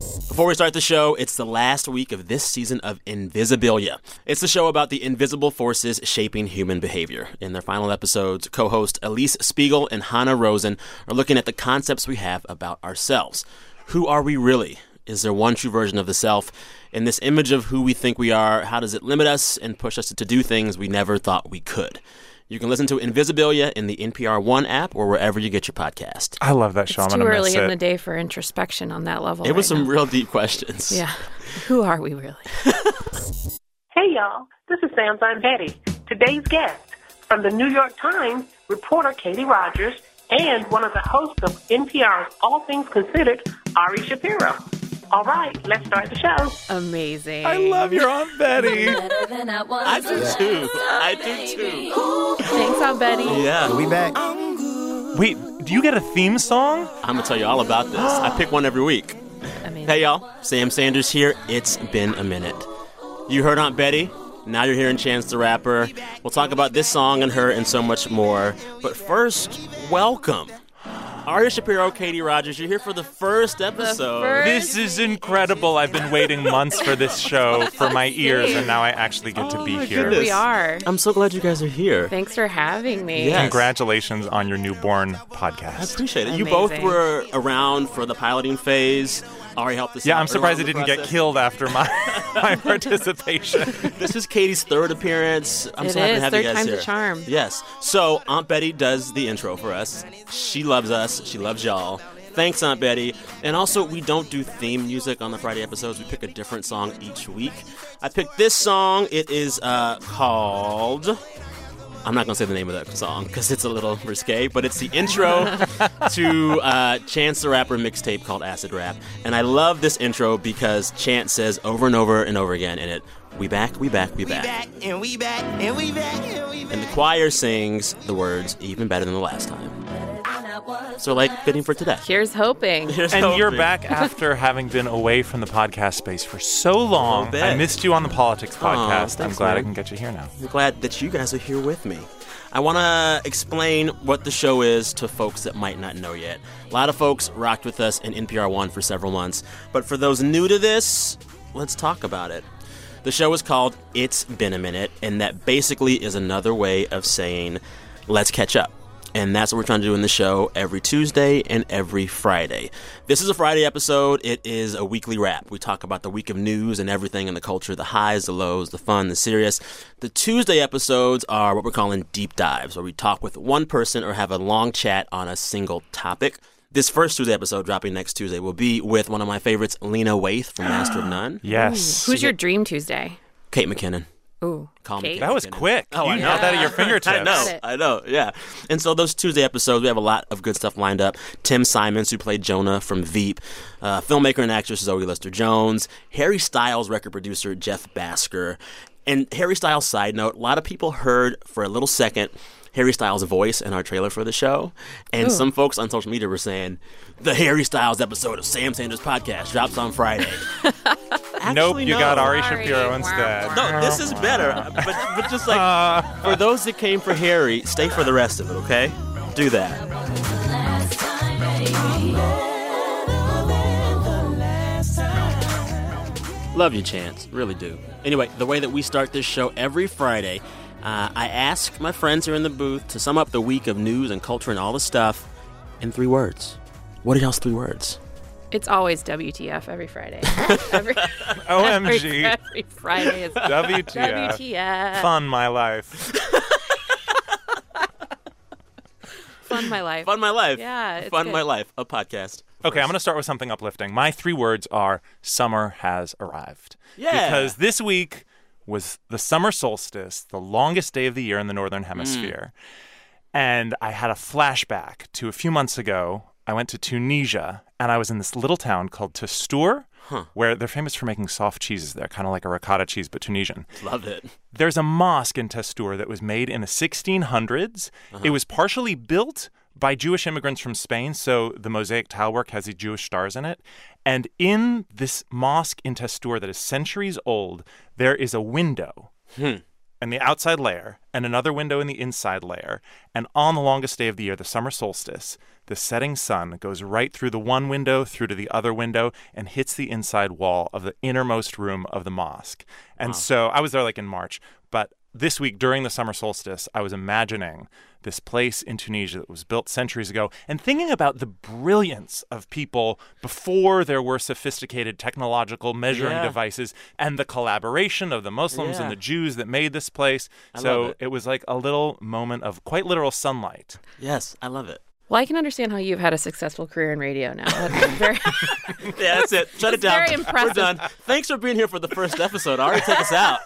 Before we start the show, it's the last week of this season of Invisibilia. It's the show about the invisible forces shaping human behavior. In their final episodes, co host Elise Spiegel and Hannah Rosen are looking at the concepts we have about ourselves. Who are we really? Is there one true version of the self? And this image of who we think we are, how does it limit us and push us to do things we never thought we could? You can listen to Invisibilia in the NPR One app or wherever you get your podcast. I love that show. It's I'm too gonna miss early in it. the day for introspection on that level. It was right some now. real deep questions. Yeah. Who are we really? Hey y'all, this is Sam's Betty. Today's guest from the New York Times, reporter Katie Rogers, and one of the hosts of NPR's All Things Considered, Ari Shapiro. All right, let's start the show. Amazing. I love your Aunt Betty. I do too. I do too. Thanks, Aunt Betty. Yeah. We back. Wait, do you get a theme song? I'm going to tell you all about this. I pick one every week. I mean, Hey, y'all. Sam Sanders here. It's been a minute. You heard Aunt Betty. Now you're hearing Chance the Rapper. We'll talk about this song and her and so much more. But first, welcome. Aria Shapiro, Katie Rogers, you're here for the first episode. first- This is incredible. I've been waiting months for this show for my ears, and now I actually get to Oh, be my here. goodness. we are. I'm so glad you guys are here. Thanks for having me. Yeah. Congratulations on your newborn I podcast. appreciate it. You both Amazing. were around for the piloting phase. Ari helped us. Yeah, out I'm surprised it early on in the didn't get process. killed after my my participation. This is Katie's third appearance. I'm It so happy to is. have Third you guys time's a here. charm. Yes. So Aunt Betty does the intro for us. She loves us. She loves y'all. Thanks, Aunt Betty. And also, we don't do theme music on the Friday episodes. We pick a different song each week. I picked this song. It is uh, called. I'm not going to say the name of that song because it's a little risque, but it's the intro to uh, Chance the Rapper mixtape called Acid Rap. And I love this intro because Chance says over and over and over again in it, We back, we back, we back. back and we back and we back and we back. And the choir sings the words even better than the last time. So, like, fitting for today. Here's hoping. Here's And you're hoping. back after having been away from the podcast space for so long. bit. I missed you on the politics podcast. I'm thanks, glad I man. can get you here now. I'm glad that you guys are here with me. I want to explain what the show is to folks that might not know yet. A lot of folks rocked with us in NPR One for several months, but for those new to this, let's talk about it. The show is called It's Been a Minute, and that basically is another way of saying let's catch up. And that's what we're trying to do in the show every Tuesday and every Friday. This is a Friday episode. It is a weekly wrap. We talk about the week of news and everything in the culture the highs, the lows, the fun, the serious. The Tuesday episodes are what we're calling deep dives, where we talk with one person or have a long chat on a single topic. This first Tuesday episode, dropping next Tuesday, will be with one of my favorites, Lena Waith from Master of None, Yes. Who's your dream Tuesday? Kate McKinnon. Ooh. Call me Kate? Kate. That was quick. Oh, you I know. had that at your fingertips. I know, it. I know, yeah. And so those Tuesday episodes, we have a lot of good stuff lined up. Tim Simons, who played Jonah from Veep, uh, filmmaker and actress Zoe Lester Jones, Harry Styles record producer Jeff Basker, and Harry Styles. Side note: a lot of people heard for a little second. Harry Styles' voice in our trailer for the show. And some folks on social media were saying, the Harry Styles episode of Sam Sanders Podcast drops on Friday. Nope, Actually, you got no. Ari Sorry. Shapiro Wow, instead. wow. No, this is better. But, but just like for those that came for Harry, stay for the rest of it, okay? Do that. Love you, Chance. Really do. Anyway, the way that we start this show every Friday, uh, I ask my friends here in the booth to sum up the week of news and culture and all the stuff in three words. What are y'all's three words? It's always WTF every Friday. every, every, OMG. every Friday is WTF. WTF. Fun my life. Fun my life. Fun my life. Yeah, it's Fun good. my life. A podcast. Okay, I'm going to start with something uplifting. My three words are summer has arrived. Yeah. Because this week was the summer solstice, the longest day of the year in the northern hemisphere. And I had a flashback to a few months ago. I went to Tunisia and I was in this little town called Testour, where they're famous for making soft cheeses. They're kind of like a ricotta cheese, but Tunisian. Love it. there's a mosque in Testour that was made in the 1600s. It was partially built by Jewish immigrants from Spain, so the mosaic tile work has these Jewish stars in it. And in this mosque in Testour that is centuries old, there is a window in the outside layer and another window in the inside layer. And on the longest day of the year, the summer solstice, the setting sun goes right through the one window, through to the other window, and hits the inside wall of the innermost room of the mosque. And so I was there like in March, but this week during the summer solstice, I was imagining this place in Tunisia that was built centuries ago and thinking about the brilliance of people before there were sophisticated technological measuring Yeah. devices and the collaboration of the Muslims Yeah. and the Jews that made this place. so love it. was like a little moment of quite literal sunlight. Yes, I love it. Well, I can understand how you've had a successful career in radio now. That's very- Yeah, that's it. Shut it That's down. very impressive. We're done. Thanks for being here for the first episode. Already take us out.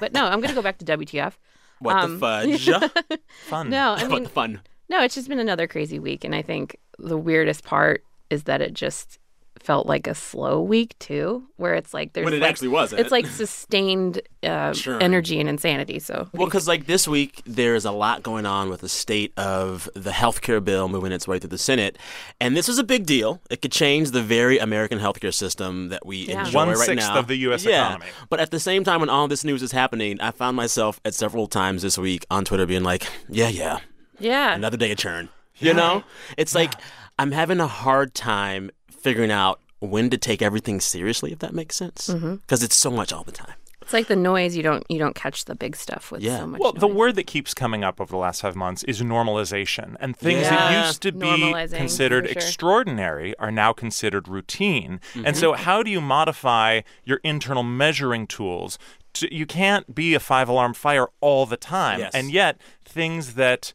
but no, I'm going to go back to WTF. What Um, the fudge? what Fun. No, I mean, the fun? no, it's just been another crazy week. And I think the weirdest part is that it just felt like a slow week, too, where it's like there's When it like- actually wasn't. It's like sustained uh, Sure. energy and insanity. So, Well, because like this week, there's a lot going on with the state of the healthcare bill moving its way through the Senate, and this is a big deal. It could change the very American healthcare system that we Yeah. enjoy One right sixth now. of the U.S. Yeah. economy. But at the same time, when all this news is happening, I found myself at several times this week on Twitter being like, "Yeah, yeah, yeah. another day of churn." You know, it's like I'm having a hard time figuring out when to take everything seriously, if that makes sense, because Mm-hmm. it's so much all the time. It's like the noise you don't you don't catch the big stuff with Yeah. so much. Well, the noise. word that keeps coming up over the last five months is normalization. And things Yeah. that used to be Normalizing, considered for sure. extraordinary are now considered routine. And so, Mm-hmm. how do you modify your internal measuring tools? To, you can't be a five alarm fire all the time. Yes. And yet, things that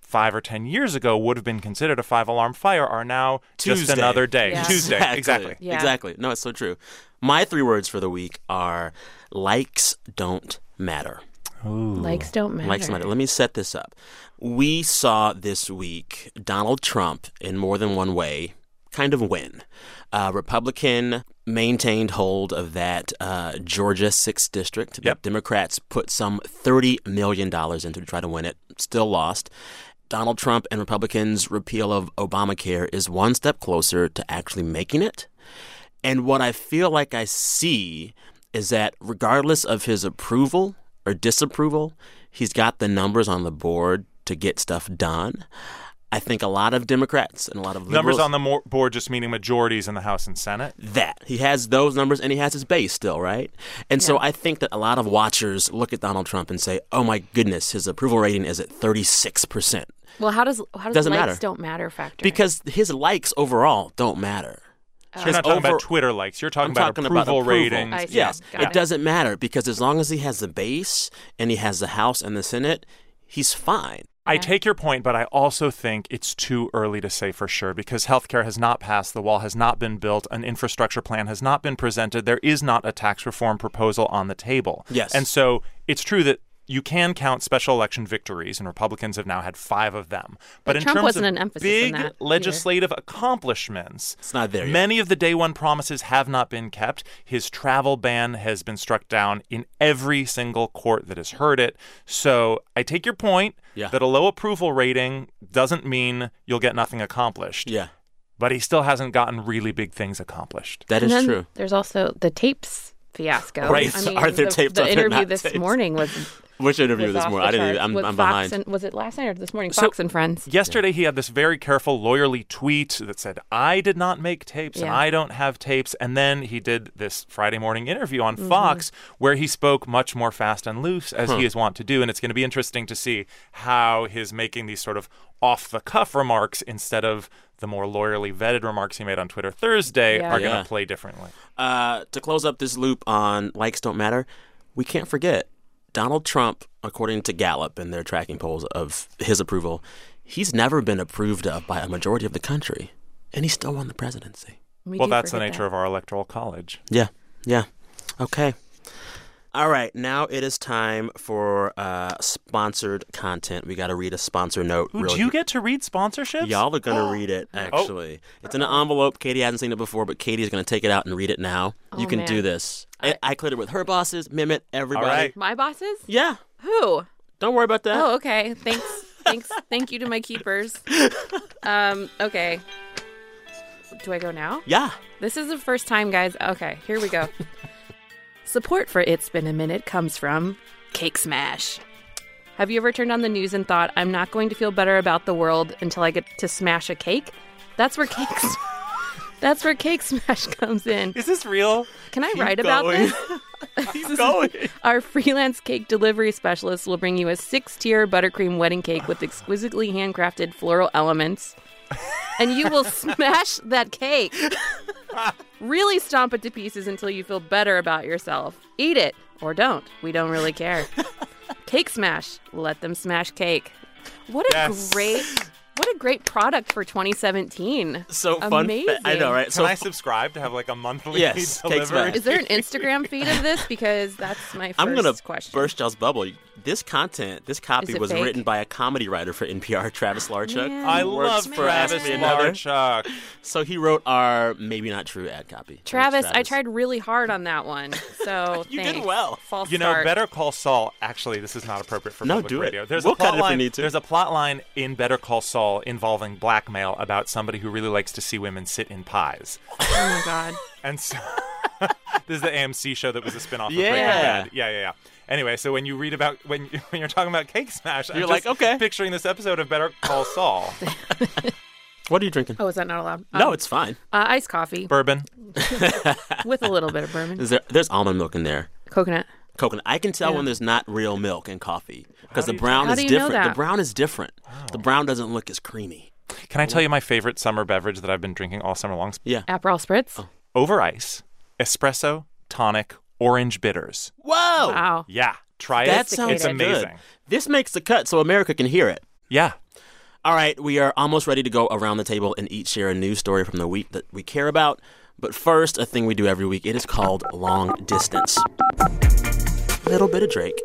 five or 10 years ago would have been considered a five alarm fire are now just Tuesday. another day. Yeah. Tuesday. Exactly. Yeah. Exactly. No, it's so true. My three words for the week are likes don't matter. likes don't matter. Likes don't matter. Let me set this up. We saw this week Donald Trump in more than one way kind of win. Uh, Republican maintained hold of that uh, Georgia 6th district. that Yep. Democrats put some $30 million into to try to win it, still lost. Donald Trump and Republicans' repeal of Obamacare is one step closer to actually making it. And what I feel like I see is that regardless of his approval or disapproval, he's got the numbers on the board to get stuff done. I think a lot of Democrats and a lot of liberals, Numbers on the mo- board just meaning majorities in the House and Senate. that. He has those numbers and he has his base still, right? And so I think that a lot of watchers look at Donald Trump and say, "Oh my goodness, his approval rating is at 36%." Well, how does how does Doesn't likes matter. don't matter factor? in? Because his likes overall don't matter. You're His not talking over- about Twitter likes. You're talking, I'm about, talking approval about approval. ratings. Oh. I see. Yes, Got it, it. doesn't matter because as long as he has the base and he has the House and the Senate, he's fine. I take your point, but I also think it's too early to say for sure because healthcare has not passed, the wall has not been built, an infrastructure plan has not been presented, there is not a tax reform proposal on the table. Yes. And so it's true that you can count special election victories, and Republicans have now had five of them. But, But in Trump terms wasn't of an emphasis in big that either. legislative accomplishments, It's not there yet. Many of the day one promises have not been kept. His travel ban has been struck down in every single court that has heard it. So I take your point Yeah. that a low approval rating doesn't mean you'll get nothing accomplished, Yeah, but he still hasn't gotten really big things accomplished. that and is then true. There's also the tapes fiasco. Right. I mean, Are there the, tapes The or they're interview not this tapes? morning was Which interview was this off morning? the I didn't. Even, charts I'm, with I'm Fox behind. And, was it last night or this morning? So- Fox and Friends. Yesterday, he had this very careful, lawyerly tweet that said, I did not make tapes and Yeah. I don't have tapes. And then he did this Friday morning interview Mm-hmm. on Fox where he spoke much more fast and loose, as he is wont to do. And it's going to be interesting to see how his making these sort of off the cuff remarks instead of the more lawyerly vetted remarks he made on Twitter Thursday Yeah. are Yeah. going to play differently. Uh, to close up this loop on likes don't matter, we can't forget Donald Trump, according to Gallup and their tracking polls of his approval, he's never been approved of by a majority of the country, and he still won the presidency. We well, do that's the forget nature that. of our electoral college. Yeah. Yeah. Okay. All right. Now it is time for uh, sponsored content. We got to read a sponsor note. Ooh, real- do you get to read sponsorships? Y'all are going to read Oh. it, actually. It's in an envelope. Katie hasn't seen it before, but Katie's going to take it out and read it now. you Oh, can do man. this. I, I cleared it with her bosses, Mimit, everybody. All right. My bosses? Yeah. Who? Don't worry about that. Oh, okay. Thanks. Thanks. Thank you to my keepers. Um, okay. Do I go now? Yeah. This is the first time, guys. Okay, here we go. Support for It's Been a Minute comes from Cake smash. Have you ever turned on the news and thought, I'm not going to feel better about the world until I get to smash a cake? That's where cakes. That's where cake smash comes in. Is this real? Can I write about going. this? Keep going. Our freelance cake delivery specialist will bring you a six tier buttercream wedding cake with exquisitely handcrafted floral elements. And you will smash that cake. really stomp it to pieces until you feel better about yourself. Eat it or don't. We don't really care. cake smash. Let them smash cake. What a Yes. great what a great product for 2017. So fun. fa- I know, Amazing. right? Can so I subscribe to have like a monthly Yes, cake delivery? smash. Is there an Instagram feed of this? Because that's my 1st I'm gonna question. burst y'all's bubble. This content, this copy Is it was fake? written by a comedy writer for NPR, Travis Larchuk. Man. I love Works for Travis us, man. Larchuk. So he wrote our maybe not true ad copy. Thanks, Travis, I tried really hard on that one. So You did thanks. well. False You know, start. Better Call Saul. Actually, this is not appropriate for No, public do it. radio. There's We'll a cut plot it if we line. need to. There's a plot line in Better Call Saul involving blackmail about somebody who really likes to see women sit in pies. Oh my god. And so this is the AMC show that was a spinoff of Yeah. Breaking Bad. Yeah, yeah, yeah. Anyway, so when you read about when you, when you're talking about Cake Smash, You're I'm like, just okay. picturing this episode of Better Call Saul, What are you drinking? Oh, is that not allowed? no, Um, it's fine. uh, iced coffee bourbon. with a little bit of bourbon, Is there, there's almond milk in there. coconut. Coconut. I can tell Yeah. when there's not real milk in coffee because the do you- brown How is do you know different. The that? brown is different. The brown doesn't look as creamy. Can I tell you my favorite summer beverage that I've been drinking all summer long? Yeah. Aperol spritz. Oh. Over ice, espresso, tonic, orange bitters. Whoa. Wow. Yeah, try Oh. That it. sounds it's good. amazing. This makes the cut so America can hear it. Yeah. All right, we are almost ready to go around the table and each share a news story from the week that we care about. But first, a thing we do every week. It is called long distance. Little bit of Drake.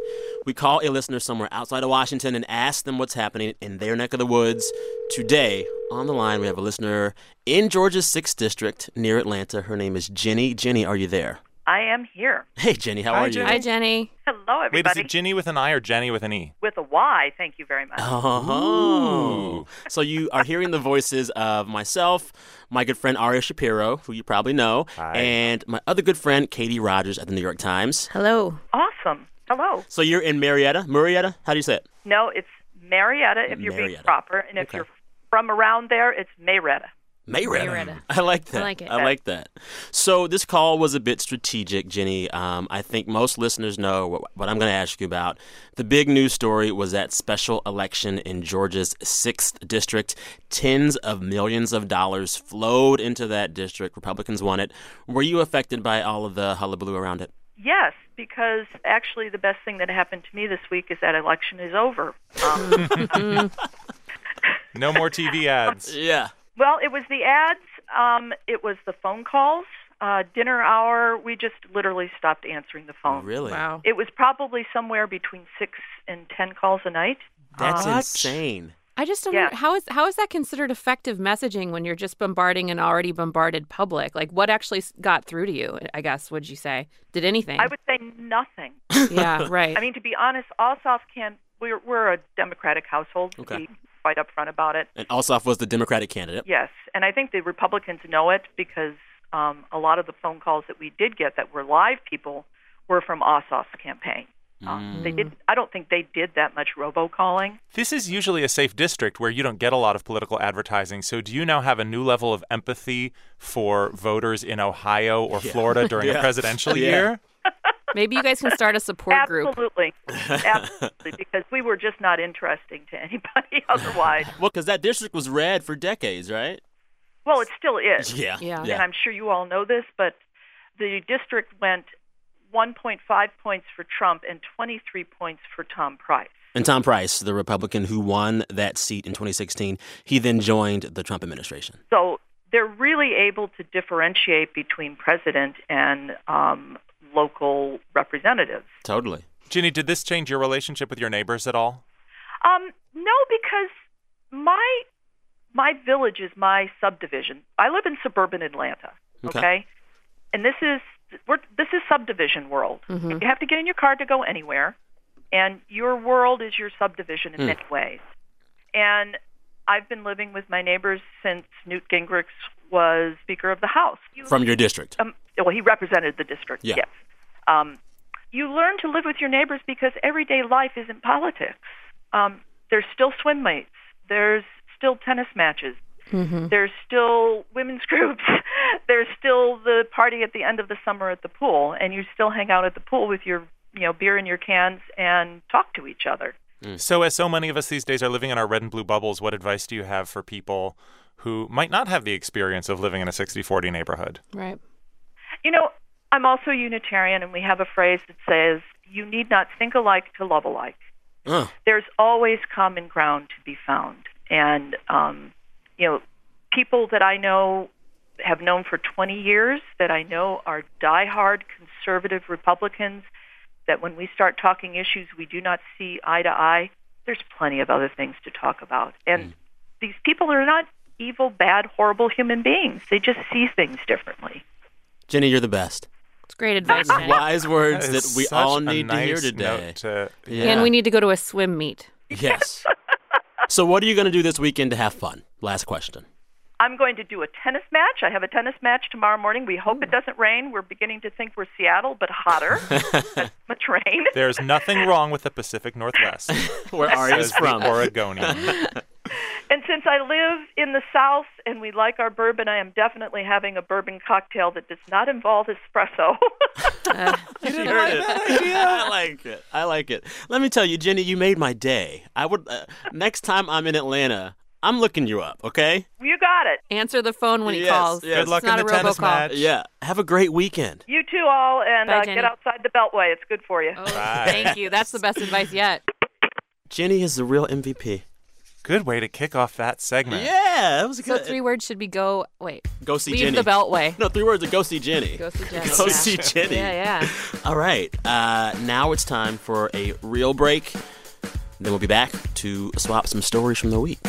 We call a listener somewhere outside of Washington and ask them what's happening in their neck of the woods. Today, on the line, we have a listener in Georgia's 6th district near Atlanta. Her name is Jenny. Jenny, are you there? I am here. Hey, Jenny, how Hi, are you? Jenny. Hi, Jenny. Hello, Wait, is everybody. it Ginny with an I or Jenny with an E? With a Y, thank you very much. Oh. So you are hearing the voices of myself, my good friend Aria Shapiro, who you probably know, and my other good friend Katie Rogers at the New York Times. Hello. Awesome. Hello. So you're in Marietta, Marietta. How do you say it? No, it's Marietta if you're being Marietta. proper, and if Okay. you're from around there, it's Marietta. Marietta. Marietta. I like that. like it. I like that. So this call was a bit strategic, Jenny. Um, I think most listeners know what, what I'm going to ask you about. The big news story was that special election in Georgia's sixth district. Tens of millions of dollars flowed into that district. Republicans won it. Were you affected by all of the hullabaloo around it? Yes, because actually the best thing that happened to me this week is that election is over. Um, No more TV ads. Yeah. well, it was the ads, um, it was the phone calls, uh, dinner hour. We just literally stopped answering the phone. Really? Wow. It was probably somewhere between six and ten calls a night. That's What? insane. I just don't. Yeah. under- How is how is that considered effective messaging when you're just bombarding an already bombarded public? Like, what actually s- got through to you? I guess would you say did anything? I would say nothing. yeah. Right. I mean, to be honest, Ossoff can. We're we're a Democratic household. to Okay. be quite upfront about it. And Ossoff was the Democratic candidate. Yes, and I think the Republicans know it because um, a lot of the phone calls that we did get that were live people were from Ossoff's campaign. Um, They did. I don't think they did that much robocalling. This is usually a safe district where you don't get a lot of political advertising. So, do you now have a new level of empathy for voters in Ohio or Florida during Yeah. a presidential Yeah. year? Maybe you guys can start a support group. Absolutely, absolutely, because we were just not interesting to anybody otherwise. Well, because that district was red for decades, right? Well, it still is. Yeah. Yeah. and I'm sure you all know this, but the district went 1.5 points for Trump and 23 points for Tom Price. And Tom Price, the Republican who won that seat in 2016, he then joined the Trump administration. So they're really able to differentiate between president and um, local representatives. Totally. Ginny, did this change your relationship with your neighbors at all? Um, no, because my my village is my subdivision. I live in suburban Atlanta. Okay. Okay. And this is we're, this is subdivision world. You have to get in your car to go anywhere, and your world is your subdivision in many ways. And I've been living with my neighbors since Newt Gingrich was Speaker of the House. You- Oh. From your district. um, well, he represented the district. Yeah. Yes. Um, you learn to live with your neighbors because everyday life isn't politics. Um, there's still swim meets. There's still tennis matches. There's still women's groups. There's still the party at the end of the summer at the pool, and you still hang out at the pool with your, you know, beer in your cans and talk to each other. So, as so many of us these days are living in our red and blue bubbles, what advice do you have for people who might not have the experience of living in a 60 40 neighborhood? Right. You know, I'm also Unitarian, and we have a phrase that says, "You need not think alike to love alike." Oh, there's always common ground to be found. And, um, you know, people that I know have known for 20 years that I know are diehard conservative Republicans that when we start talking issues we do not see eye to eye, there's plenty of other things to talk about. And these people are not evil, bad, horrible human beings. They just see things differently. Jenny, you're the best. It's great advice. Jenny. Wise words That that is we such all a need to hear nice today. note to- Yeah. And we need to go to a swim meet. Yes. so, what are you going to do this weekend to have fun? Last question. I'm going to do a tennis match. I have a tennis match tomorrow morning. We hope it doesn't rain. We're beginning to think we're Seattle, but hotter. Not much rain. There's nothing wrong with the Pacific Northwest. Where Arya's says the from? Oregonian. And since I live in the South and we like our bourbon, I am definitely having a bourbon cocktail that does not involve espresso. You heard it. I like it. I like it. Let me tell you, Jenny, you made my day. I would uh, next time I'm in Atlanta, I'm looking you up. Okay? you got it. Answer the phone when he Yes, calls. yes. Good luck it's not in a the tennis robocall. match. Yeah. Have a great weekend. You too, all, and Bye, uh, Jenny. get outside the Beltway. It's good for you. Oh, Right. thank you. That's the best advice yet. Jenny is the real MVP. Good way to kick off that segment. Yeah, that was So good. three words should be go. Wait, go see leave Jenny. the Beltway. No, three words of go see Jenny. Go see Jenny. Go yeah. see Jenny. Yeah, yeah. All right. Uh, now it's time for a real break. Then we'll be back to swap some stories from the week.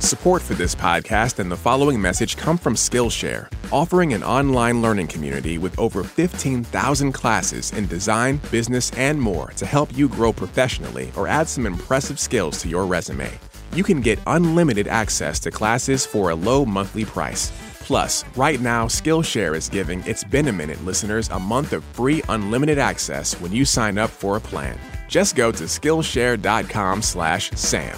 Support for this podcast and the following message come from Skillshare, offering an online learning community with over 15,000 classes in design, business, and more to help you grow professionally or add some impressive skills to your resume. You can get unlimited access to classes for a low monthly price. Plus, right now, Skillshare is giving its Been a Minute listeners a month of free unlimited access when you sign up for a plan. Just go to Skillshare.com slash Sam.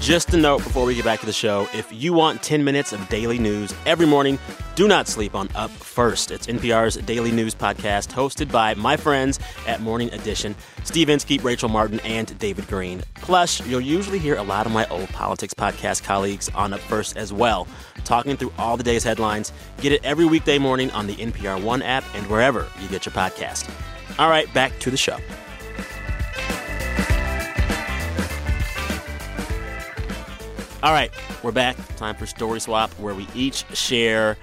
Just a note before we get back to the show if you want 10 minutes of daily news every morning, do not sleep on Up First. It's NPR's daily news podcast hosted by my friends at Morning Edition, Steve Inskeep, Rachel Martin, and David Green. Plus, you'll usually hear a lot of my old politics podcast colleagues on Up First as well, talking through all the day's headlines. Get it every weekday morning on the NPR One app and wherever you get your podcast. All right, back to the show. All right, we're back. Time for Story Swap, where we each share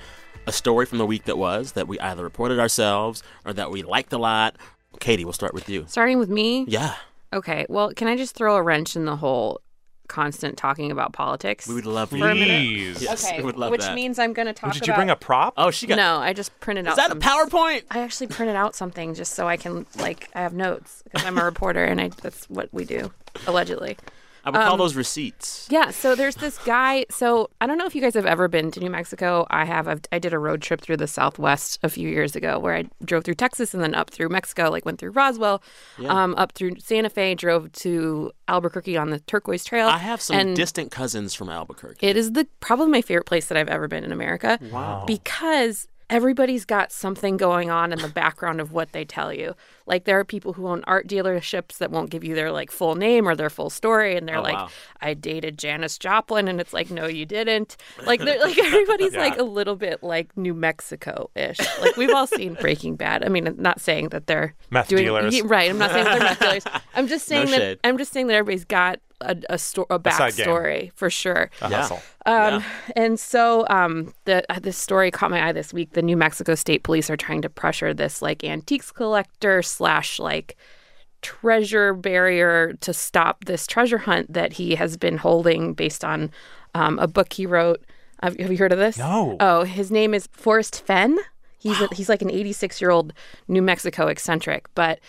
a story from the week that was that we either reported ourselves or that we liked a lot. Katie, we'll start with you. Starting with me. Yeah, Okay. Well, can I just throw a wrench in the whole constant talking about politics? we would love you. For a minute. Please. Yes, okay. we would love which that. means I'm going to talk. Did you about- bring a prop? oh, she got. No, um, I just printed out. Is that a some- PowerPoint? I actually printed out something just so I can like I have notes because I'm a reporter and I that's what we do allegedly. I would call those receipts. um, Yeah, so there's this guy. So I don't know if you guys have ever been to New Mexico. I have. I've, I did a road trip through the Southwest a few years ago, where I drove through Texas and then up through Mexico. Like went through Roswell, um, up through Santa Fe, drove to Albuquerque on the Turquoise Trail. I have some and distant cousins from Albuquerque. It is the probably my favorite place that I've ever been in America. Wow. Because everybody's got something going on in the background of what they tell you. Like there are people who own art dealerships that won't give you their like full name or their full story and they're like wow. I dated Janice Joplin and it's like no you didn't. Like they're like everybody's like a little bit like New Mexico-ish. Like we've all seen Breaking Bad. I mean, I'm not saying that they're Meth doing dealers. Yeah, right. I'm not saying that they're meth dealers. I'm just saying that shade. I'm just saying that everybody's got a a, sto- a side game. backstory for sure. A hustle. Um, And so um, the uh, this story caught my eye this week. The New Mexico State Police are trying to pressure this like antiques collector slash like treasure barrier to stop this treasure hunt that he has been holding based on um, a book he wrote. Have, have you heard of this? No. Oh, his name is Forrest Fenn. He's a, he's like an 86 year old New Mexico eccentric. But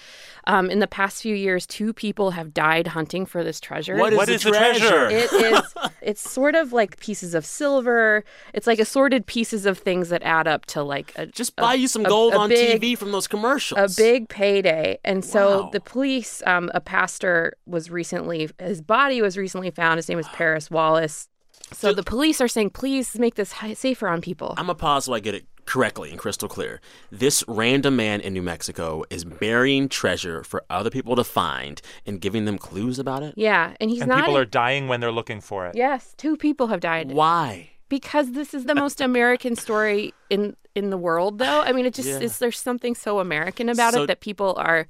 um, in the past few years, two people have died hunting for this treasure. What is, What the, is the treasure? treasure? It is. It's sort of like pieces of silver. It's like assorted pieces of things that add up to like a Just a- buy you some a- gold a on big- TV from those a commercials. big payday. And so Wow. the police, um, a pastor was recently, his body was recently found. His name was Paris Wallace. So the police are saying, please make this hi- safer on people. Um, I'm gonna pause so I get it correctly and crystal clear. This random man in New Mexico is burying treasure for other people to find and giving them clues about it. yeah. And he's and not. e- people in- are dying when they're looking for it. yes. Two people have died. Why? Because this is the most American story in in the world, though. I mean, it just is there's something so American about So- it that people are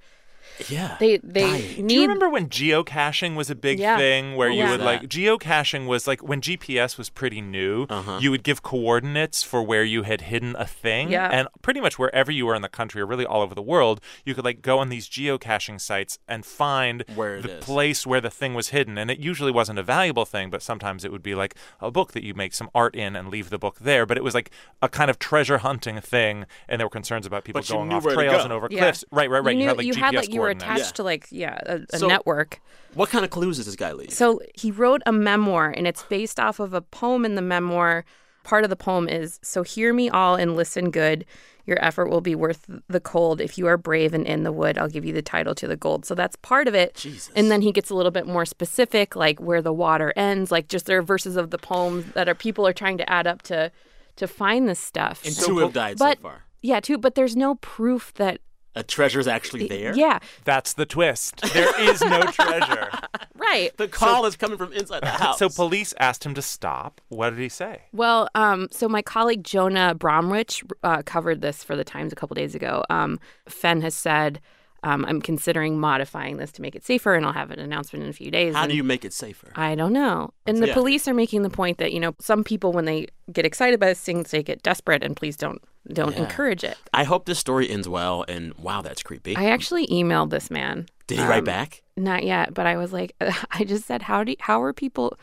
Yeah. they they Dying. need Do you remember when geocaching was a big Yeah. thing where you Yeah. would like geocaching was like when GPS was pretty new, Uh-huh. you would give coordinates for where you had hidden a thing Yeah. and pretty much wherever you were in the country or really all over the world, you could like go on these geocaching sites and find Where it the is. place where the thing was hidden and it usually wasn't a valuable thing, but sometimes it would be like a book that you make some art in and leave the book there, but it was like a kind of treasure hunting thing and there were concerns about people But you going knew off where to trails go. and over Yeah. cliffs. Right, right, right. You, knew, had like GPS you were coordinates. attached Yeah. to like yeah a, a So- network. What kind of clues does this guy leave? So he wrote a memoir, and it's based off of a poem in the memoir. Part of the poem is So hear me all and listen good. Your effort will be worth the cold. If you are brave and in the wood, I'll give you the title to the gold. So that's part of it. Jesus. And then he gets a little bit more specific, like where the water ends, like just there are verses of the poem that are people are trying to add up to to find this stuff. and two have died but so far. yeah, too, but there's no proof that A treasure's actually there. Yeah. That's the twist. There is no treasure. Right. The call is coming from inside the house. So police asked him to stop. What did he say? Well, um, so my colleague Jonah Bromwich uh, covered this for the Times a couple days ago. Um, Fenn has said, um, I'm considering modifying this to make it safer, and I'll have an announcement in a few days. how And do you make it safer? I don't know. And the Yeah. police are making the point that you know some people, when they get excited by these things, they get desperate, and please don't don't encourage it. I hope this story ends well. And wow, that's creepy. I actually emailed this man. Did he write um, back? Not yet, but I was like, I just said, how do how are people?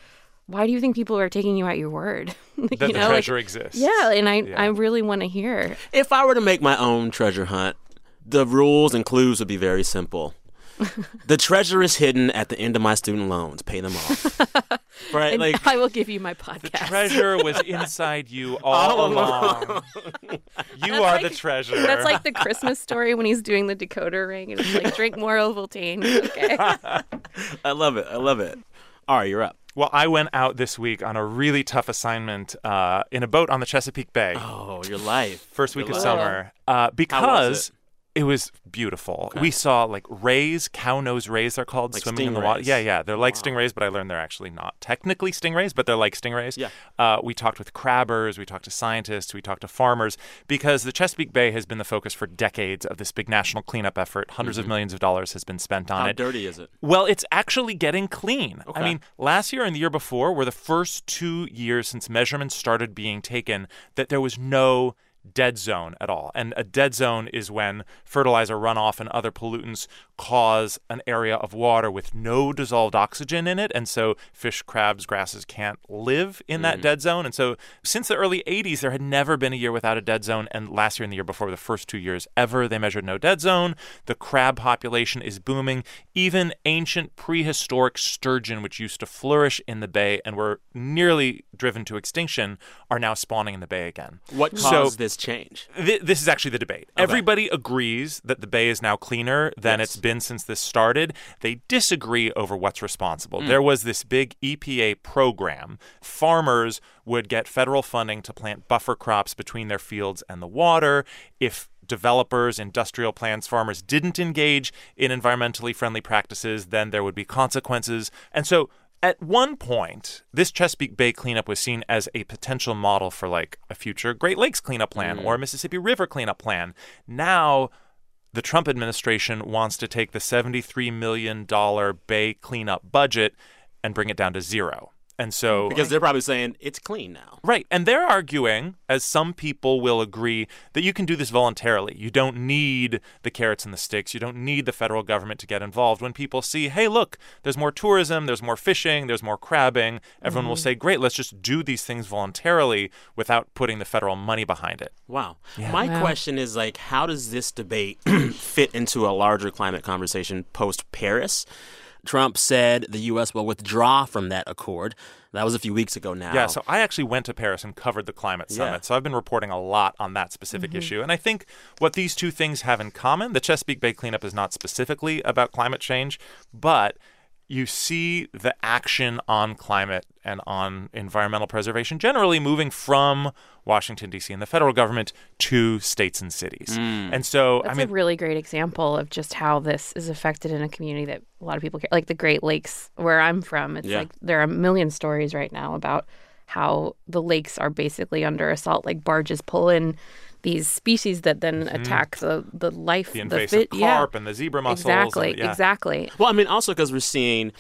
Why do you think people are taking you at your word? you That the like- treasure exists. yeah, and I, I really want to hear. If I were to make my own treasure hunt, the rules and clues would be very simple. the treasure is hidden at the end of my student loans. Pay them off. right? And like I will give you my podcast. Treasure was inside you all, along. you are the treasure. That's like the Christmas story when he's doing the decoder ring and it's like drink more Ovaltine. Okay. I love it. I love it. All right, you're up. well, I went out this week on a really tough assignment uh, in a boat on the Chesapeake Bay. Oh, your life. first week of Wow. summer uh, because it? it? was beautiful. We saw like rays, cow nose rays, they're called Like swimming in the water. stingrays. Yeah, yeah, they're like stingrays, but I learned they're actually not technically stingrays, but they're like stingrays. Yeah. Uh, we talked with crabbers, we talked to scientists, we talked to farmers because the Chesapeake Bay has been the focus for decades of this big national cleanup effort. 100s of millions of dollars has been spent on Mm-hmm. How it. dirty is it? Well, it's actually getting clean. I mean, last year and the year before were the first two years since measurements started being taken that there was no dead zone at all. And a dead zone is when fertilizer runoff and other pollutants cause an area of water with no dissolved oxygen in it. And so fish, crabs, grasses can't live in Mm-hmm. that dead zone. And so since the early 80s, there had never been a year without a dead zone. And last year and the year before, were the first two years ever, they measured no dead zone. The crab population is booming. Even ancient prehistoric sturgeon, which used to flourish in the bay and were nearly driven to extinction, are now spawning in the bay again. What So- caused this change? Th- this is actually the debate. Everybody agrees that the bay is now cleaner than it's been since this started. They disagree over what's responsible. There was this big EPA program. Farmers would get federal funding to plant buffer crops between their fields and the water. If developers, industrial plants, farmers didn't engage in environmentally friendly practices, then there would be consequences. And so at one point, this Chesapeake Bay cleanup was seen as a potential model for like a future Great Lakes cleanup plan or a Mississippi River cleanup plan. Now, the Trump administration wants to take the $73 million bay cleanup budget and bring it down to zero. And so Because they're probably saying it's clean now. Right. And they're arguing, as some people will agree, that you can do this voluntarily. You don't need the carrots and the sticks. You don't need the federal government to get involved. When people see, hey, look, there's more tourism, there's more fishing, there's more crabbing, everyone will say, great, let's just do these things voluntarily without putting the federal money behind it. Wow. My question is like, how does this debate fit into a larger climate conversation post Paris? Trump said the U.S. will withdraw from that accord. That was a few weeks ago now. Yeah, so I actually went to Paris and covered the climate Yeah. summit. So I've been reporting a lot on that specific Mm-hmm. issue. And I think what these two things have in common the Chesapeake Bay cleanup is not specifically about climate change, but you see the action on climate and on environmental preservation generally moving from Washington, D.C. and the federal government to states and cities. And so, Mm. That's I mean, a really great example of just how this is affected in a community that a lot of people care. Like the Great Lakes, where I'm from, it's Yeah. like there are a million stories right now about how the lakes are basically under assault. Like barges pull in these species that then attack the the life, Mm-hmm. the the invasive fit, carp yeah. and the zebra mussels. and- exactly, yeah. exactly. Well, I mean, also because we're seeing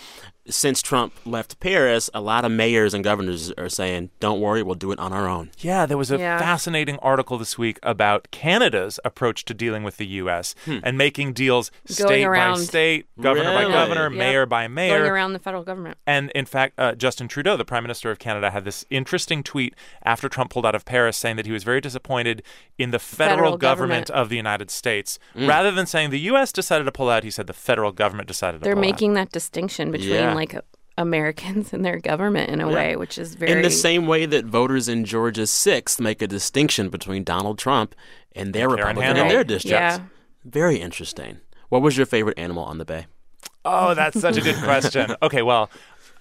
since Trump left Paris, a lot of mayors and governors are saying, don't worry, we'll do it on our own. Yeah, there was a Yeah. fascinating article this week about Canada's approach to dealing with the U.S. and making deals state by around. state, governor by Really? governor, Yep. mayor by mayor. going around the federal government. And in fact, uh, Justin Trudeau, the Prime Minister of Canada, had this interesting tweet after Trump pulled out of Paris saying that he was very disappointed in the federal, Federal government, government. of the United States. Rather than saying the U.S. decided to pull out, he said the federal government decided to They're pull out. making that distinction between Yeah. like Americans and their government in a way, which is very In the same way that voters in Georgia's 6th make a distinction between Donald Trump and their Karen Republican in Handel. their Right. districts. Yeah. Very interesting. What was your favorite animal on the bay? Oh, that's such a good question. Okay, well,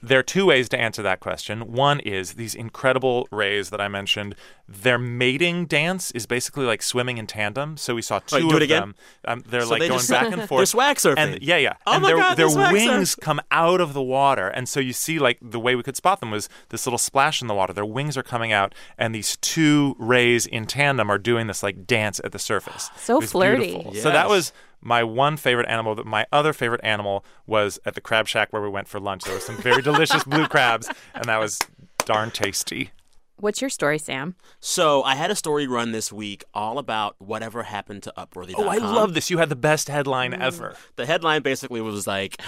there are two ways to answer that question. One is these incredible rays that I mentioned. Their mating dance is basically like swimming in tandem. So we saw two Wait, do of it again? them. Um, they're So like they going just- back and they're forth. swag surfing. And, yeah, yeah. Oh and my their, God, their they're swag wings surfing. come out of the water, and so you see like the way we could spot them was this little splash in the water. Their wings are coming out, and these two rays in tandem are doing this like dance at the surface. So It was flirty. beautiful. So that Yes. was my one favorite animal. But my other favorite animal was at the crab shack where we went for lunch. There were some very delicious blue crabs, and that was darn tasty. What's your story, Sam? So I had a story run this week all about whatever happened to Upworthy. Oh, I love this. You had the best headline ever. The headline basically was like,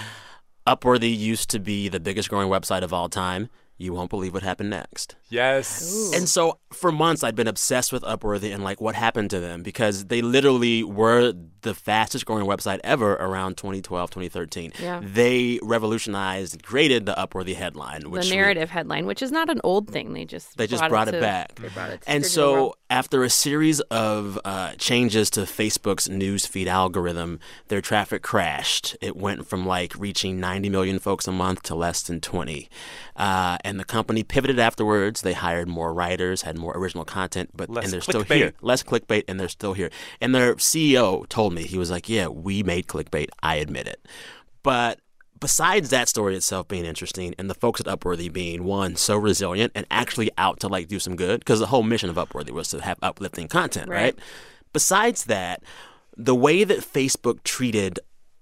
Upworthy used to be the biggest growing website of all time. You won't believe what happened next. Yes. And so for months, I'd been obsessed with Upworthy and like what happened to them because they literally were the fastest growing website ever around 2012, 2013. Yeah. They revolutionized, and created the Upworthy headline, which the narrative headline, which is not an old thing. They just They just brought it to- back. they brought it to And digital so, world. after a series of uh, changes to Facebook's newsfeed algorithm, their traffic crashed. It went from like reaching 90 million folks a month to less than 20. Uh, and the company pivoted afterwards. They hired more writers, had more original content, but Less and they're still clickbait. here. Less clickbait, and they're still here. And their CEO told me he was like, "Yeah, we made clickbait. I admit it." But besides that story itself being interesting and the folks at Upworthy being one so resilient and actually out to like do some good because the whole mission of Upworthy was to have uplifting content, right? Besides that, the way that Facebook treated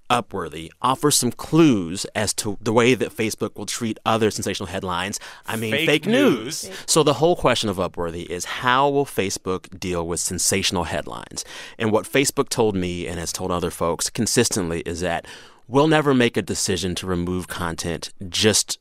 Upworthy offers some clues as to the way that Facebook will treat other sensational headlines. I mean, Fake fake, news. news. So the whole question of Upworthy is how will Facebook deal with sensational headlines? And what Facebook told me and has told other folks consistently is that we'll never make a decision to remove content just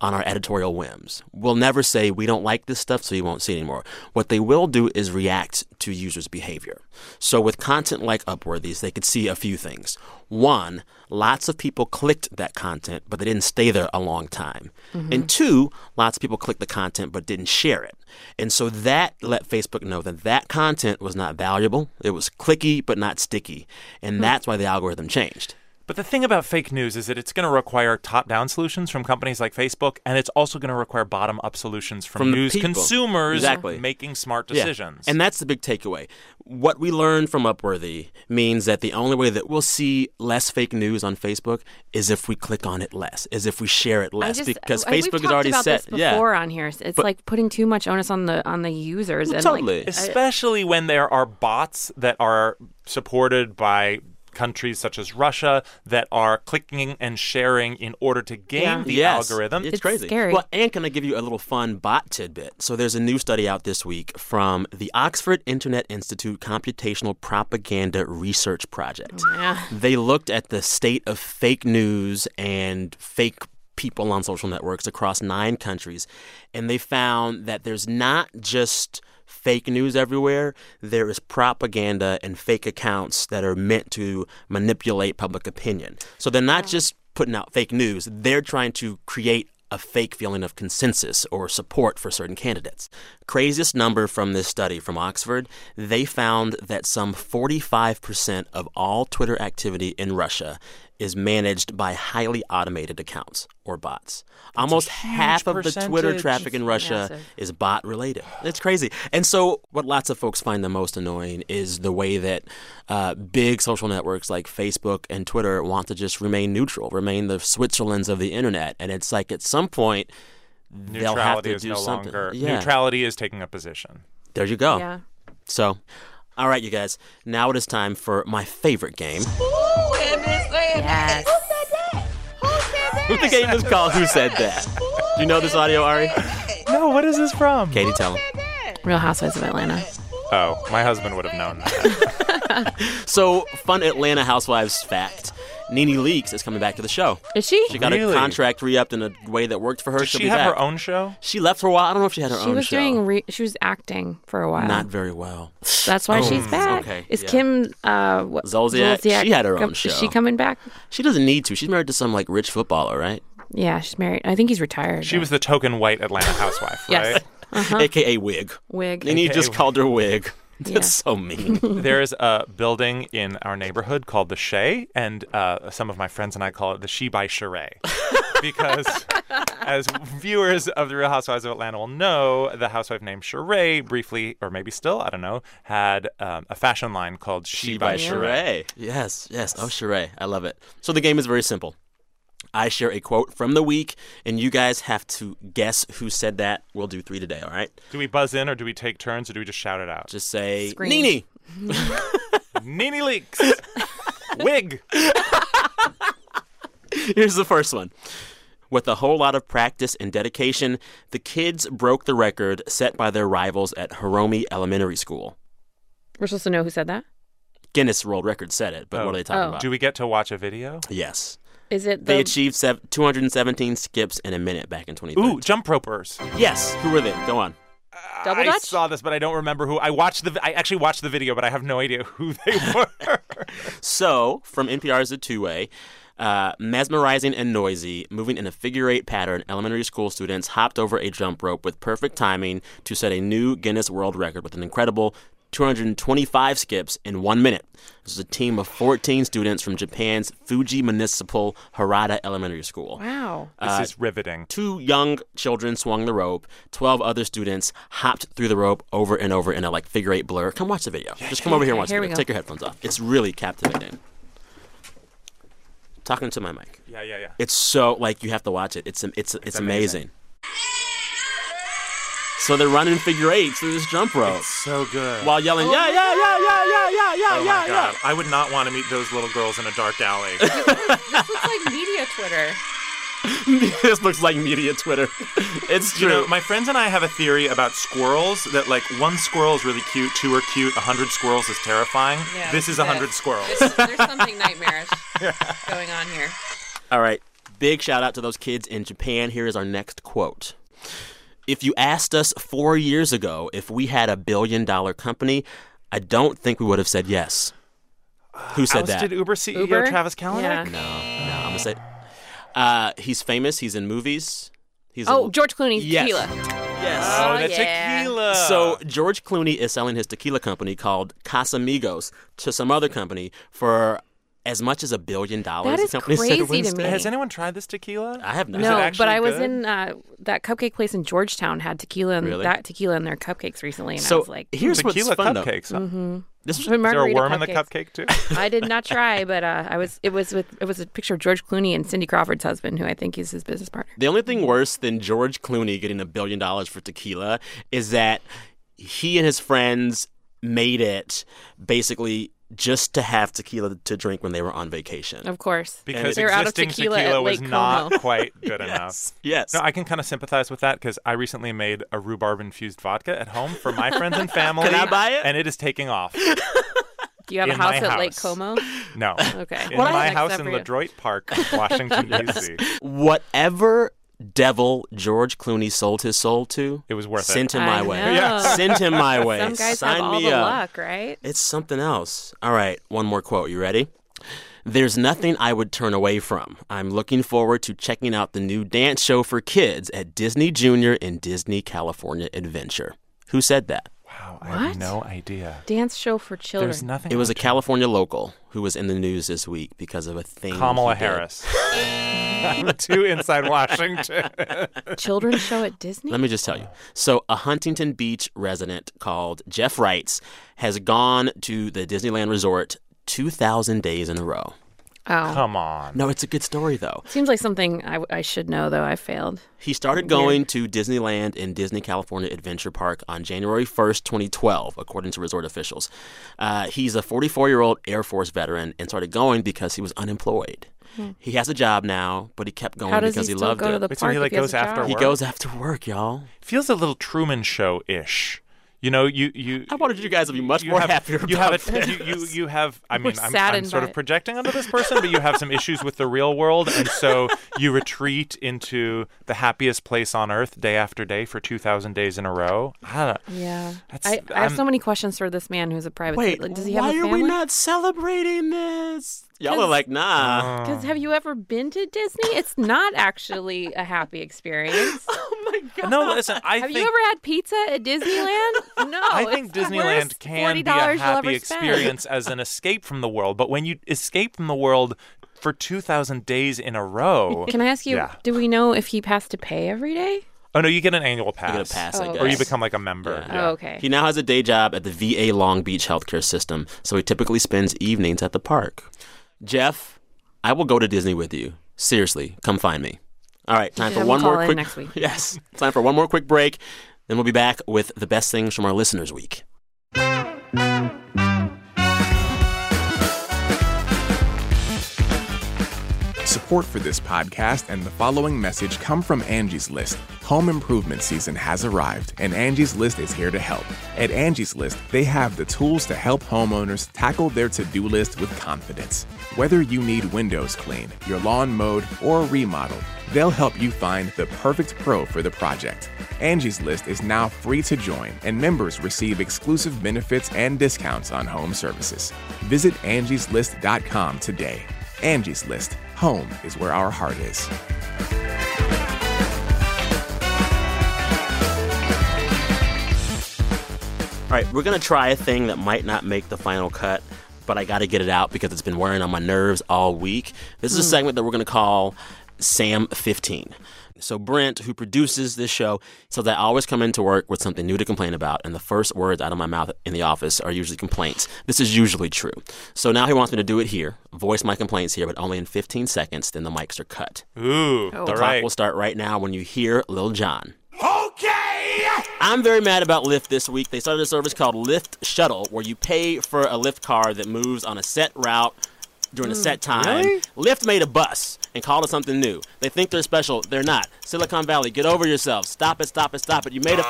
on our editorial whims. We'll never say we don't like this stuff so you won't see it anymore. What they will do is react to users' behavior. So with content like Upworthy's, they could see a few things. One, lots of people clicked that content, but they didn't stay there a long time. And two, lots of people clicked the content but didn't share it. And so that let Facebook know that that content was not valuable. It was clicky but not sticky. And that's why the algorithm changed. But the thing about fake news is that it's going to require top-down solutions from companies like Facebook, and it's also going to require bottom-up solutions from, From the news people. consumers Exactly. making smart Yeah. decisions. And that's the big takeaway. What we learned from Upworthy means that the only way that we'll see less fake news on Facebook is if we click on it less, is if we share it I less, just, because I- we've Facebook is talked already about set. This yeah. before on here, it's like putting too much onus on the on the users. and like, totally. especially when there are bots that are supported by countries such as Russia that are clicking and sharing in order to game Yeah. the Yes. algorithm. It's, It's crazy. scary. Well, and can I give you a little fun bot tidbit? So there's a new study out this week from the Oxford Internet Institute Computational Propaganda Research Project. Oh, Yeah. They looked at the state of fake news and fake people on social networks across nine countries, and they found that there's not just fake news everywhere. There is propaganda and fake accounts that are meant to manipulate public opinion. So they're not just putting out fake news, they're trying to create a fake feeling of consensus or support for certain candidates. Craziest number from this study from Oxford, they found that some 45% of all Twitter activity in Russia is managed by highly automated accounts or bots. Almost half of the Twitter percentage. traffic in Russia massive. is bot related. It's crazy. And so, what lots of folks find the most annoying is the way that uh, big social networks like Facebook and Twitter want to just remain neutral, remain the Switzerlands of the internet. And it's like at some point, they'll have Neutrality to is do no something. longer. yeah. Neutrality is taking a position. there you go. Yeah. So, all right, you guys, now it is time for my favorite game. Yes. the game is called Who Said That? Do you know this audio, Ari? No, what is this from? Katie, tell him. Real Housewives of Atlanta. Oh, my husband would have known that. So, fun Atlanta Housewives fact. Nene Leakes is coming back to the show. Is she? She got Really? a contract re-upped in a way that worked for her. Does She'll she be have back. her own show? She left for a while. I don't know if she had her She own was show. doing. Re- she was acting for a while. Not very well. That's why she's back. okay, Is yeah. Kim uh, what, Zolciak, she had her own show. Is she coming back? She doesn't need to. She's married to some like rich footballer, right? Yeah, she's married. I think he's retired. She was the token white Atlanta housewife, Yes. right? AKA Wig. wig. And he just Wig. called her Wig. That's Uh-huh. Yeah. so mean. There is a building in our neighborhood called the Shea, and uh, some of my friends and I call it the She by Sheree. because, as viewers of The Real Housewives of Atlanta will know, the housewife named Sheree briefly, or maybe still, I don't know, had um, a fashion line called She, by Sheree. Yes, yes. Oh, Sheree. I love it. So the game is very simple. I share a quote from the week, and you guys have to guess who said that. We'll do three today, all right? Do we buzz in, or do we take turns, or do we just shout it out? Just say, Scream. Nene. Nene Leaks! Wig! Here's the first one. With a whole lot of practice and dedication, the kids broke the record set by their rivals at Hiromi Elementary School. We're supposed to know who said that. Guinness World Record said it, but what are they talking Oh. about? Do we get to watch a video? yes. Is it the They achieved sev- 217 skips in a minute back in 2013. Ooh, jump ropers. Yes. Who were they? Go on. double I dutch? saw this, but I don't remember who. I watched the. I actually watched the video, but I have no idea who they were. So, from NPR's The Two Way, uh, mesmerizing and noisy, moving in a figure eight pattern, elementary school students hopped over a jump rope with perfect timing to set a new Guinness World Record with an incredible 225 skips in one minute. This is a team of 14 students from Japan's Fuji Municipal Harada Elementary School. Wow. this is riveting. Two young children swung the rope. Twelve other students hopped through the rope over and over in a like figure eight blur. Come watch the video. Just come over here and watch Here the we video. go. Take your headphones off. It's really captivating. Talking to my mic. Yeah, yeah, yeah. It's so like you have to watch it. It's it's it's, amazing. amazing. So they're running figure eights through this jump rope so good. while yelling, yeah, yeah, yeah, yeah, yeah, yeah, yeah, oh yeah, yeah. my god, I would not want to meet those little girls in a dark alley. this looks like media Twitter. this looks like media Twitter. It's true. you know, my friends and I have a theory about squirrels that like one squirrel is really cute, two are cute, a hundred squirrels is terrifying. this is a hundred squirrels. There's something nightmarish going on here. All right. Big shout out to those kids in Japan. Here is our next quote. If you asked us four years ago if we had a billion dollar company, I don't think we would have said yes. Who said Ousted that? Uber CEO Uber? Travis Kalanick. Yeah. No, I'm gonna say. Uh, he's famous. He's in movies. He's a- Oh, George Clooney's Yes. tequila. yes. Oh, Oh, that's yeah. tequila. So George Clooney is selling his tequila company called Casamigos to some other company for as much as a billion dollars. That the is company said crazy to Wednesday. me. has anyone tried this tequila? I have not. it No, actually but I was good? in uh, that cupcake place in Georgetown had tequila and Really? that tequila in their cupcakes recently, and So I was like, here's tequila what's fun though. cupcakes. This was But Is there a Mm-hmm. margarita worm in the cupcakes. cupcake too? I did not try, but uh, I was. It was with. It was a picture of George Clooney and Cindy Crawford's husband, who I think is his business partner. The only thing worse than George Clooney getting a billion dollars for tequila is that he and his friends made it basically just to have tequila to drink when they were on vacation. Of course. because They're out of existing tequila tequila, at was Lake not Como. quite good yes. enough. Yes. No, I can kind of sympathize with that because I recently made a rhubarb infused vodka at home for my friends and family. Can I buy it? And it is taking off. Do you have a in my house at Lake house. Como? No. Okay. In Well, my that's house up in for you. Ladroit Park, Washington, D.C. Whatever devil George Clooney sold his soul to, It was worth it. sent him I my way. know. Send him my way. Some guys Sign have all me the up. luck, right? It's something else. All right, one more quote. You ready? There's nothing I would turn away from. I'm looking forward to checking out the new dance show for kids at Disney Junior in Disney California Adventure. Who said that? Wow, Oh, I have What? no idea. Dance show for children. There's nothing. It was a much- California local who was in the news this week because of a thing. Kamala he did. Harris. I'm too inside Washington. Children show at Disney? Let me just tell you. So, a Huntington Beach resident called Jeff Wrights has gone to the Disneyland Resort 2,000 days in a row. oh. Come on. No, it's a good story, though. Seems like something I, I should know, though. I failed. He started going to Disneyland and Disney California Adventure Park on January 1st, 2012, according to resort officials. Uh, he's a 44 year old Air Force veteran and started going because he was unemployed. He has a job now, but he kept going Hmm. How does because he he, still loved go it. to the Wait, park? so Oh, he, if like, has goes a after job? he work? goes after work, y'all. Feels a little Truman Show ish. You know, you you. I wanted you guys to be much you more have, happier you have about a, you, you you have. I mean, I'm, I'm saddened sort by of it. projecting onto this person, but you have some issues with the real world, and so you retreat into the happiest place on earth day after day for two thousand days in a row. I don't. Yeah. That's- I, I have I'm- so many questions for this man who's a private. Wait, like, does he have why a are family? we not celebrating this? Y'all are 'Cause- like, nah. Because have you ever been to Disney? It's not actually a happy experience. No, listen. Oh, I have think you ever had pizza at Disneyland? No. I think it's the Disneyland worst can be $40 a you'll happy ever spend. experience as an escape from the world, but when you escape from the world for 2,000 days in a row. Can I ask you? Yeah. Do we know if he has to pay every day? Oh, no, you get an annual pass. You get a pass, I Oh, guess. Or you become like a member. Yeah. Oh, okay. He now has a day job at the VA Long Beach healthcare system, so he typically spends evenings at the park. Jeff, I will go to Disney with you. Seriously, come find me. All right, time should for have one him call more in quick next week. Yes, time for one more quick break, then we'll be back with the best things from our listeners week. Support for this podcast and the following message come from Angie's List. Home improvement season has arrived, and Angie's List is here to help. At Angie's List, they have the tools to help homeowners tackle their to do list with confidence. Whether you need windows cleaned, your lawn mowed, or remodeled, they'll help you find the perfect pro for the project. Angie's List is now free to join, and members receive exclusive benefits and discounts on home services. Visit angieslist.com today. Angie's List. Home is where our heart is. All right, we're going to try a thing that might not make the final cut, but I got to get it out because it's been wearing on my nerves all week. This is a segment that we're going to call Sam 15. So, Brent, who produces this show, says I always come into work with something new to complain about, and the first words out of my mouth in the office are usually complaints. This is usually true. So now he wants me to do it here, voice my complaints here, but only in 15 seconds, then the mics are cut. Oh. Ooh, all Clock right. will start right now when you hear Lil Jon. Okay! I'm very mad about Lyft this week. They started a service called Lyft Shuttle where you pay for a Lyft car that moves on a set route during a Mm, set time. Lyft made a bus and called it something new. They think they're special. They're not. Silicon Valley, get over yourself. Stop it, stop it, stop it. You made a.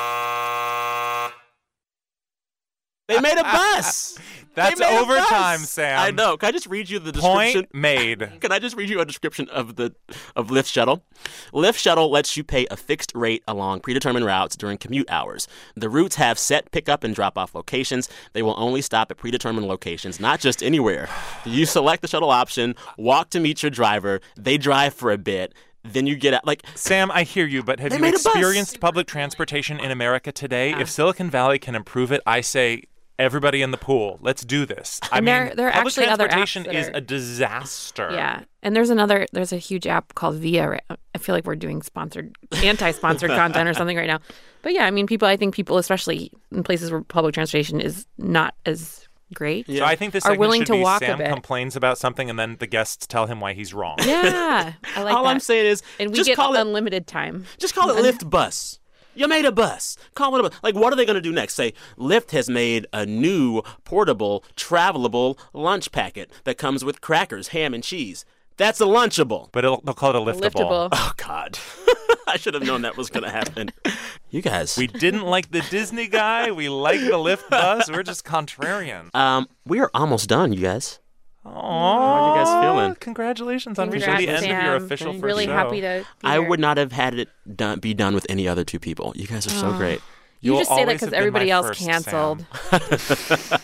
They made a bus! They That's made a overtime, bus! Sam. I know. Can I just read you the description? Point made. Can I just read you a description of the of Lyft Shuttle? Lyft Shuttle lets you pay a fixed rate along predetermined routes during commute hours. The routes have set pickup and drop off locations. They will only stop at predetermined locations, not just anywhere. You select the shuttle option, walk to meet your driver. They drive for a bit, then you get out. Like Sam, I hear you, but have They you made a bus. experienced public transportation in America today? Ah. If Silicon Valley can improve it, I say everybody in the pool. Let's do this. I And mean, there- there are public actually other apps transportation that is are- a disaster. Yeah. And there's another, there's a huge app called Via. right- I feel like we're doing sponsored, anti sponsored content or something right now. But yeah, I mean, people, I think people, especially in places where public transportation is not as great. So I think this Are segment willing should to be walk a Sam bit. complains about something, and then the guests tell him why he's wrong. Yeah. I like all that. I'm saying is, and we just get call it unlimited time. just call it Lyft Bus. you made a bus. Call it a bus. Like, what are they going to do next? Say, Lyft has made a new portable, travelable lunch packet that comes with crackers, ham, and cheese. That's a Lunchable. But it'll, they'll call it a liftable. Liftable. Oh, God. I should have known that was going to happen. You guys. We didn't like the Disney guy. We like the lift bus. We're just contrarian. um, we are almost done, you guys. Aww. you guys feeling? Congratulations on reaching Congrats, the end of your Sam. official I'm first really show. happy to. be I here. would not have had it done, be done with any other two people. You guys are so great. You You'll just say that always because have been everybody my else first, Sam. canceled.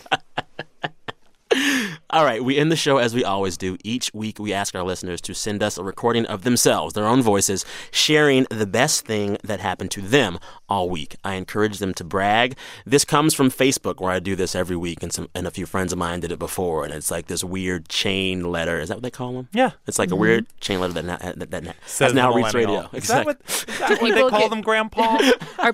All right, we end the show as we always do. Each week, we ask our listeners to send us a recording of themselves, their own voices, sharing the best thing that happened to them all week. I encourage them to brag. This comes from Facebook, where I do this every week, and some and a few friends of mine did it before, and it's like this weird chain letter. Is that what they call them? Yeah. It's like a weird chain letter that now, that, that now, Says has now the reached millennial. radio. Is that Exactly. what, is that what they people call get- them, Grandpa? Are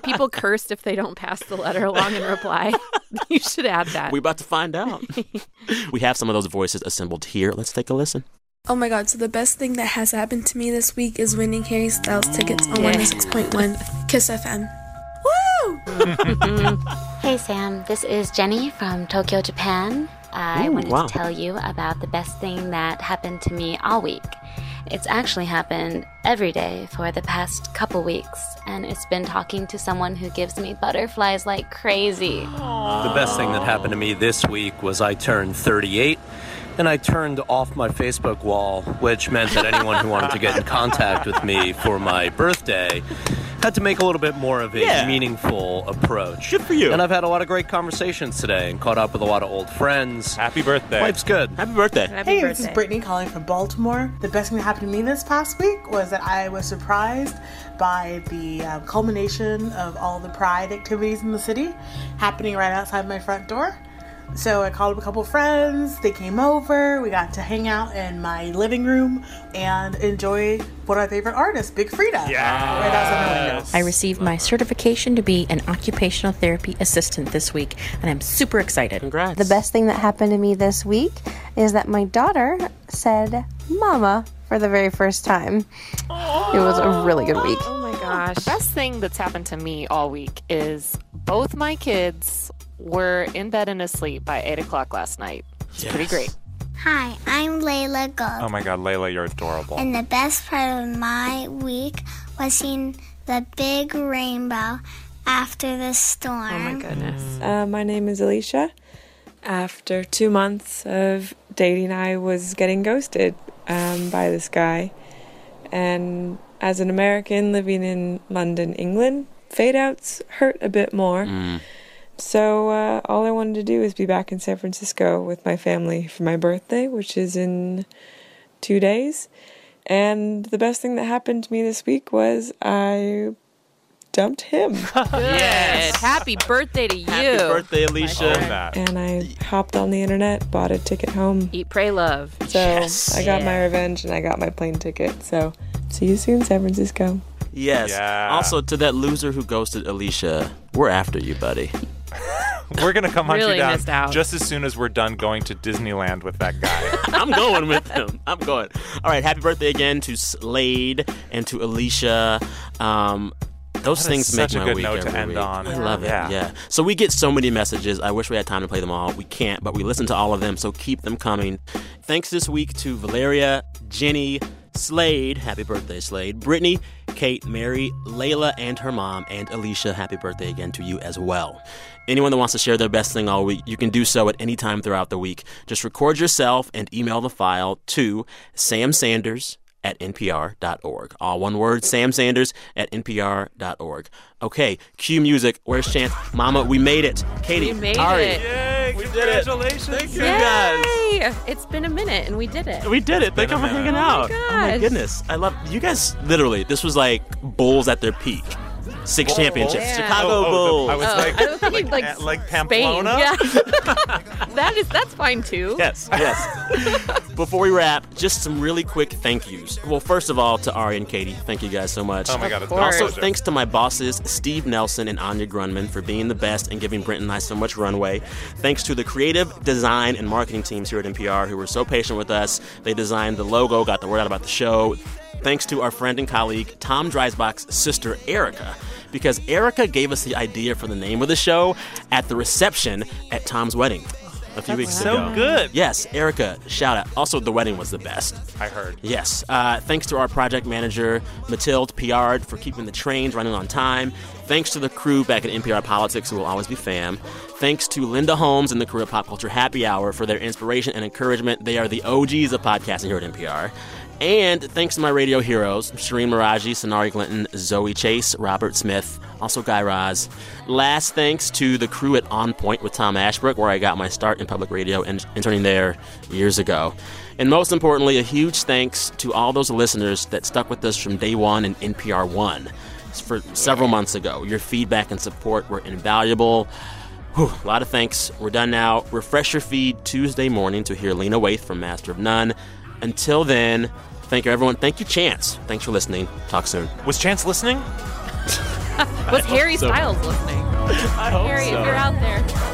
people cursed if they don't pass the letter along in reply? you should add that. We're about to find out. we have some of those voices assembled here. Let's take a listen. Oh my god, so the best thing that has happened to me this week is winning Harry Styles tickets on Yeah. 106.1 Kiss FM. Woo! Hey Sam, this is Jenny from Tokyo, Japan. I Ooh, wanted wow. to tell you about the best thing that happened to me all week. It's actually happened every day for the past couple weeks, and it's been talking to someone who gives me butterflies like crazy. The best thing that happened to me this week was I turned 38 and I turned off my Facebook wall, which meant that anyone who wanted to get in contact with me for my birthday had to make a little bit more of a Yeah. meaningful approach. Good for you. And I've had a lot of great conversations today and caught up with a lot of old friends. happy birthday. Life's good. Happy birthday. Happy Hey, birthday. this is Brittany calling from Baltimore. The best thing that happened to me this past week was that I was surprised by the uh, culmination of all the pride activities in the city happening right outside my front door. So I called up a couple friends, they came over, we got to hang out in my living room and enjoy one of our favorite artists, Big Frida. Yeah. Right outside my window. I received my certification to be an occupational therapy assistant this week, and I'm super excited. Congrats. The best thing that happened to me this week is that my daughter said mama for the very first time. It was a really good week. Oh my gosh. Best thing that's happened to me all week is both my kids were in bed and asleep by 8 o'clock last night. It's pretty Yes. great. Hi, I'm Layla Gold. Oh my God, Layla, you're adorable. And the best part of my week was seeing the big rainbow after the storm. Oh my goodness. Uh, my name is Alicia. After two months of dating, I was getting ghosted um, by this guy. And as an American living in London, England, fade outs hurt a bit more. Mm. So uh, all I wanted to do is be back in San Francisco with my family for my birthday, which is in two days. And the best thing that happened to me this week was I dumped him. Good. Happy birthday to you. Happy birthday, Own Alicia. that. and I hopped on the internet, bought a ticket home. Eat, pray, love. So Yes. I got my revenge and I got my plane ticket. So see you soon, San Francisco. Yes. Yeah. Also, to that loser who ghosted Alicia, we're after you, buddy. We're gonna come hunt Really you down missed out. just as soon as we're done going to Disneyland with that guy. I'm going with him. I'm going. All right. Happy birthday again to Slade and to Alicia. Um, those That is things make such a my good week note to every end week. on. I love it. Yeah. Yeah. So we get so many messages. I wish we had time to play them all. We can't, but we listen to all of them. So keep them coming. Thanks this week to Valeria, Jenny, Slade. Happy birthday, Slade. Brittany, Kate, Mary, Layla, and her mom, and Alicia. Happy birthday again to you as well. Anyone that wants to share their best thing all week, you can do so at any time throughout the week. Just record yourself and email the file to Sam Sanders at npr.org. All one word, Sam Sanders at npr.org. Okay, cue music. Where's Chance? Mama, we made it. Katie, We made Ari, it. Yay! We did it. congratulations. Thank you guys. Yay! It's been a minute and we did it. We did it. Thank been you a for minute. hanging out. Oh my my gosh. goodness. I love you guys literally. This was like Bulls at their peak. Six championships. Yeah. Chicago Oh, oh, Bulls. the- I was Oh, like, I don't think like, you'd like, uh, like Spain. Pamplona. Yeah. that is that's fine too. Yes, yes. Before we wrap, just some really quick thank yous. Well, first of all, to Ari and Katie, thank you guys so much. Oh my God, it's course. Also, Pleasure. thanks to my bosses, Steve Nelson and Anya Grunman, for being the best and giving Brent and I so much runway. Thanks to the creative, design, and marketing teams here at NPR who were so patient with us. They designed the logo, got the word out about the show. thanks to our friend and colleague Tom Dreisbach's sister Erica, because Erica gave us the idea for the name of the show at the reception at Tom's wedding. A few That's weeks so ago. good. Yes, Erica, shout out. Also, the wedding was the best. I heard. Yes. Uh, thanks to our project manager, Mathilde Piard, for keeping the trains running on time. Thanks to the crew back at NPR Politics, who will always be fam. Thanks to Linda Holmes and the crew at Pop Culture Happy Hour for their inspiration and encouragement. They are the OGs of podcasting here at NPR. And thanks to my radio heroes, Shireen Miraji, Sonari Glinton, Zoe Chase, Robert Smith, also Guy Raz. Last thanks to the crew at On Point with Tom Ashbrook, where I got my start in public radio and interning there years ago. And most importantly, a huge thanks to all those listeners that stuck with us from day one in NPR One for several months ago. Your feedback and support were invaluable. Whew, a lot of thanks. We're done now. Refresh your feed Tuesday morning to hear Lena Waith from Master of None. Until then, thank you, everyone. Thank you, Chance. Thanks for listening. Talk soon. Was Chance listening? Was Harry so. Styles listening? Harry, so. if you're out there.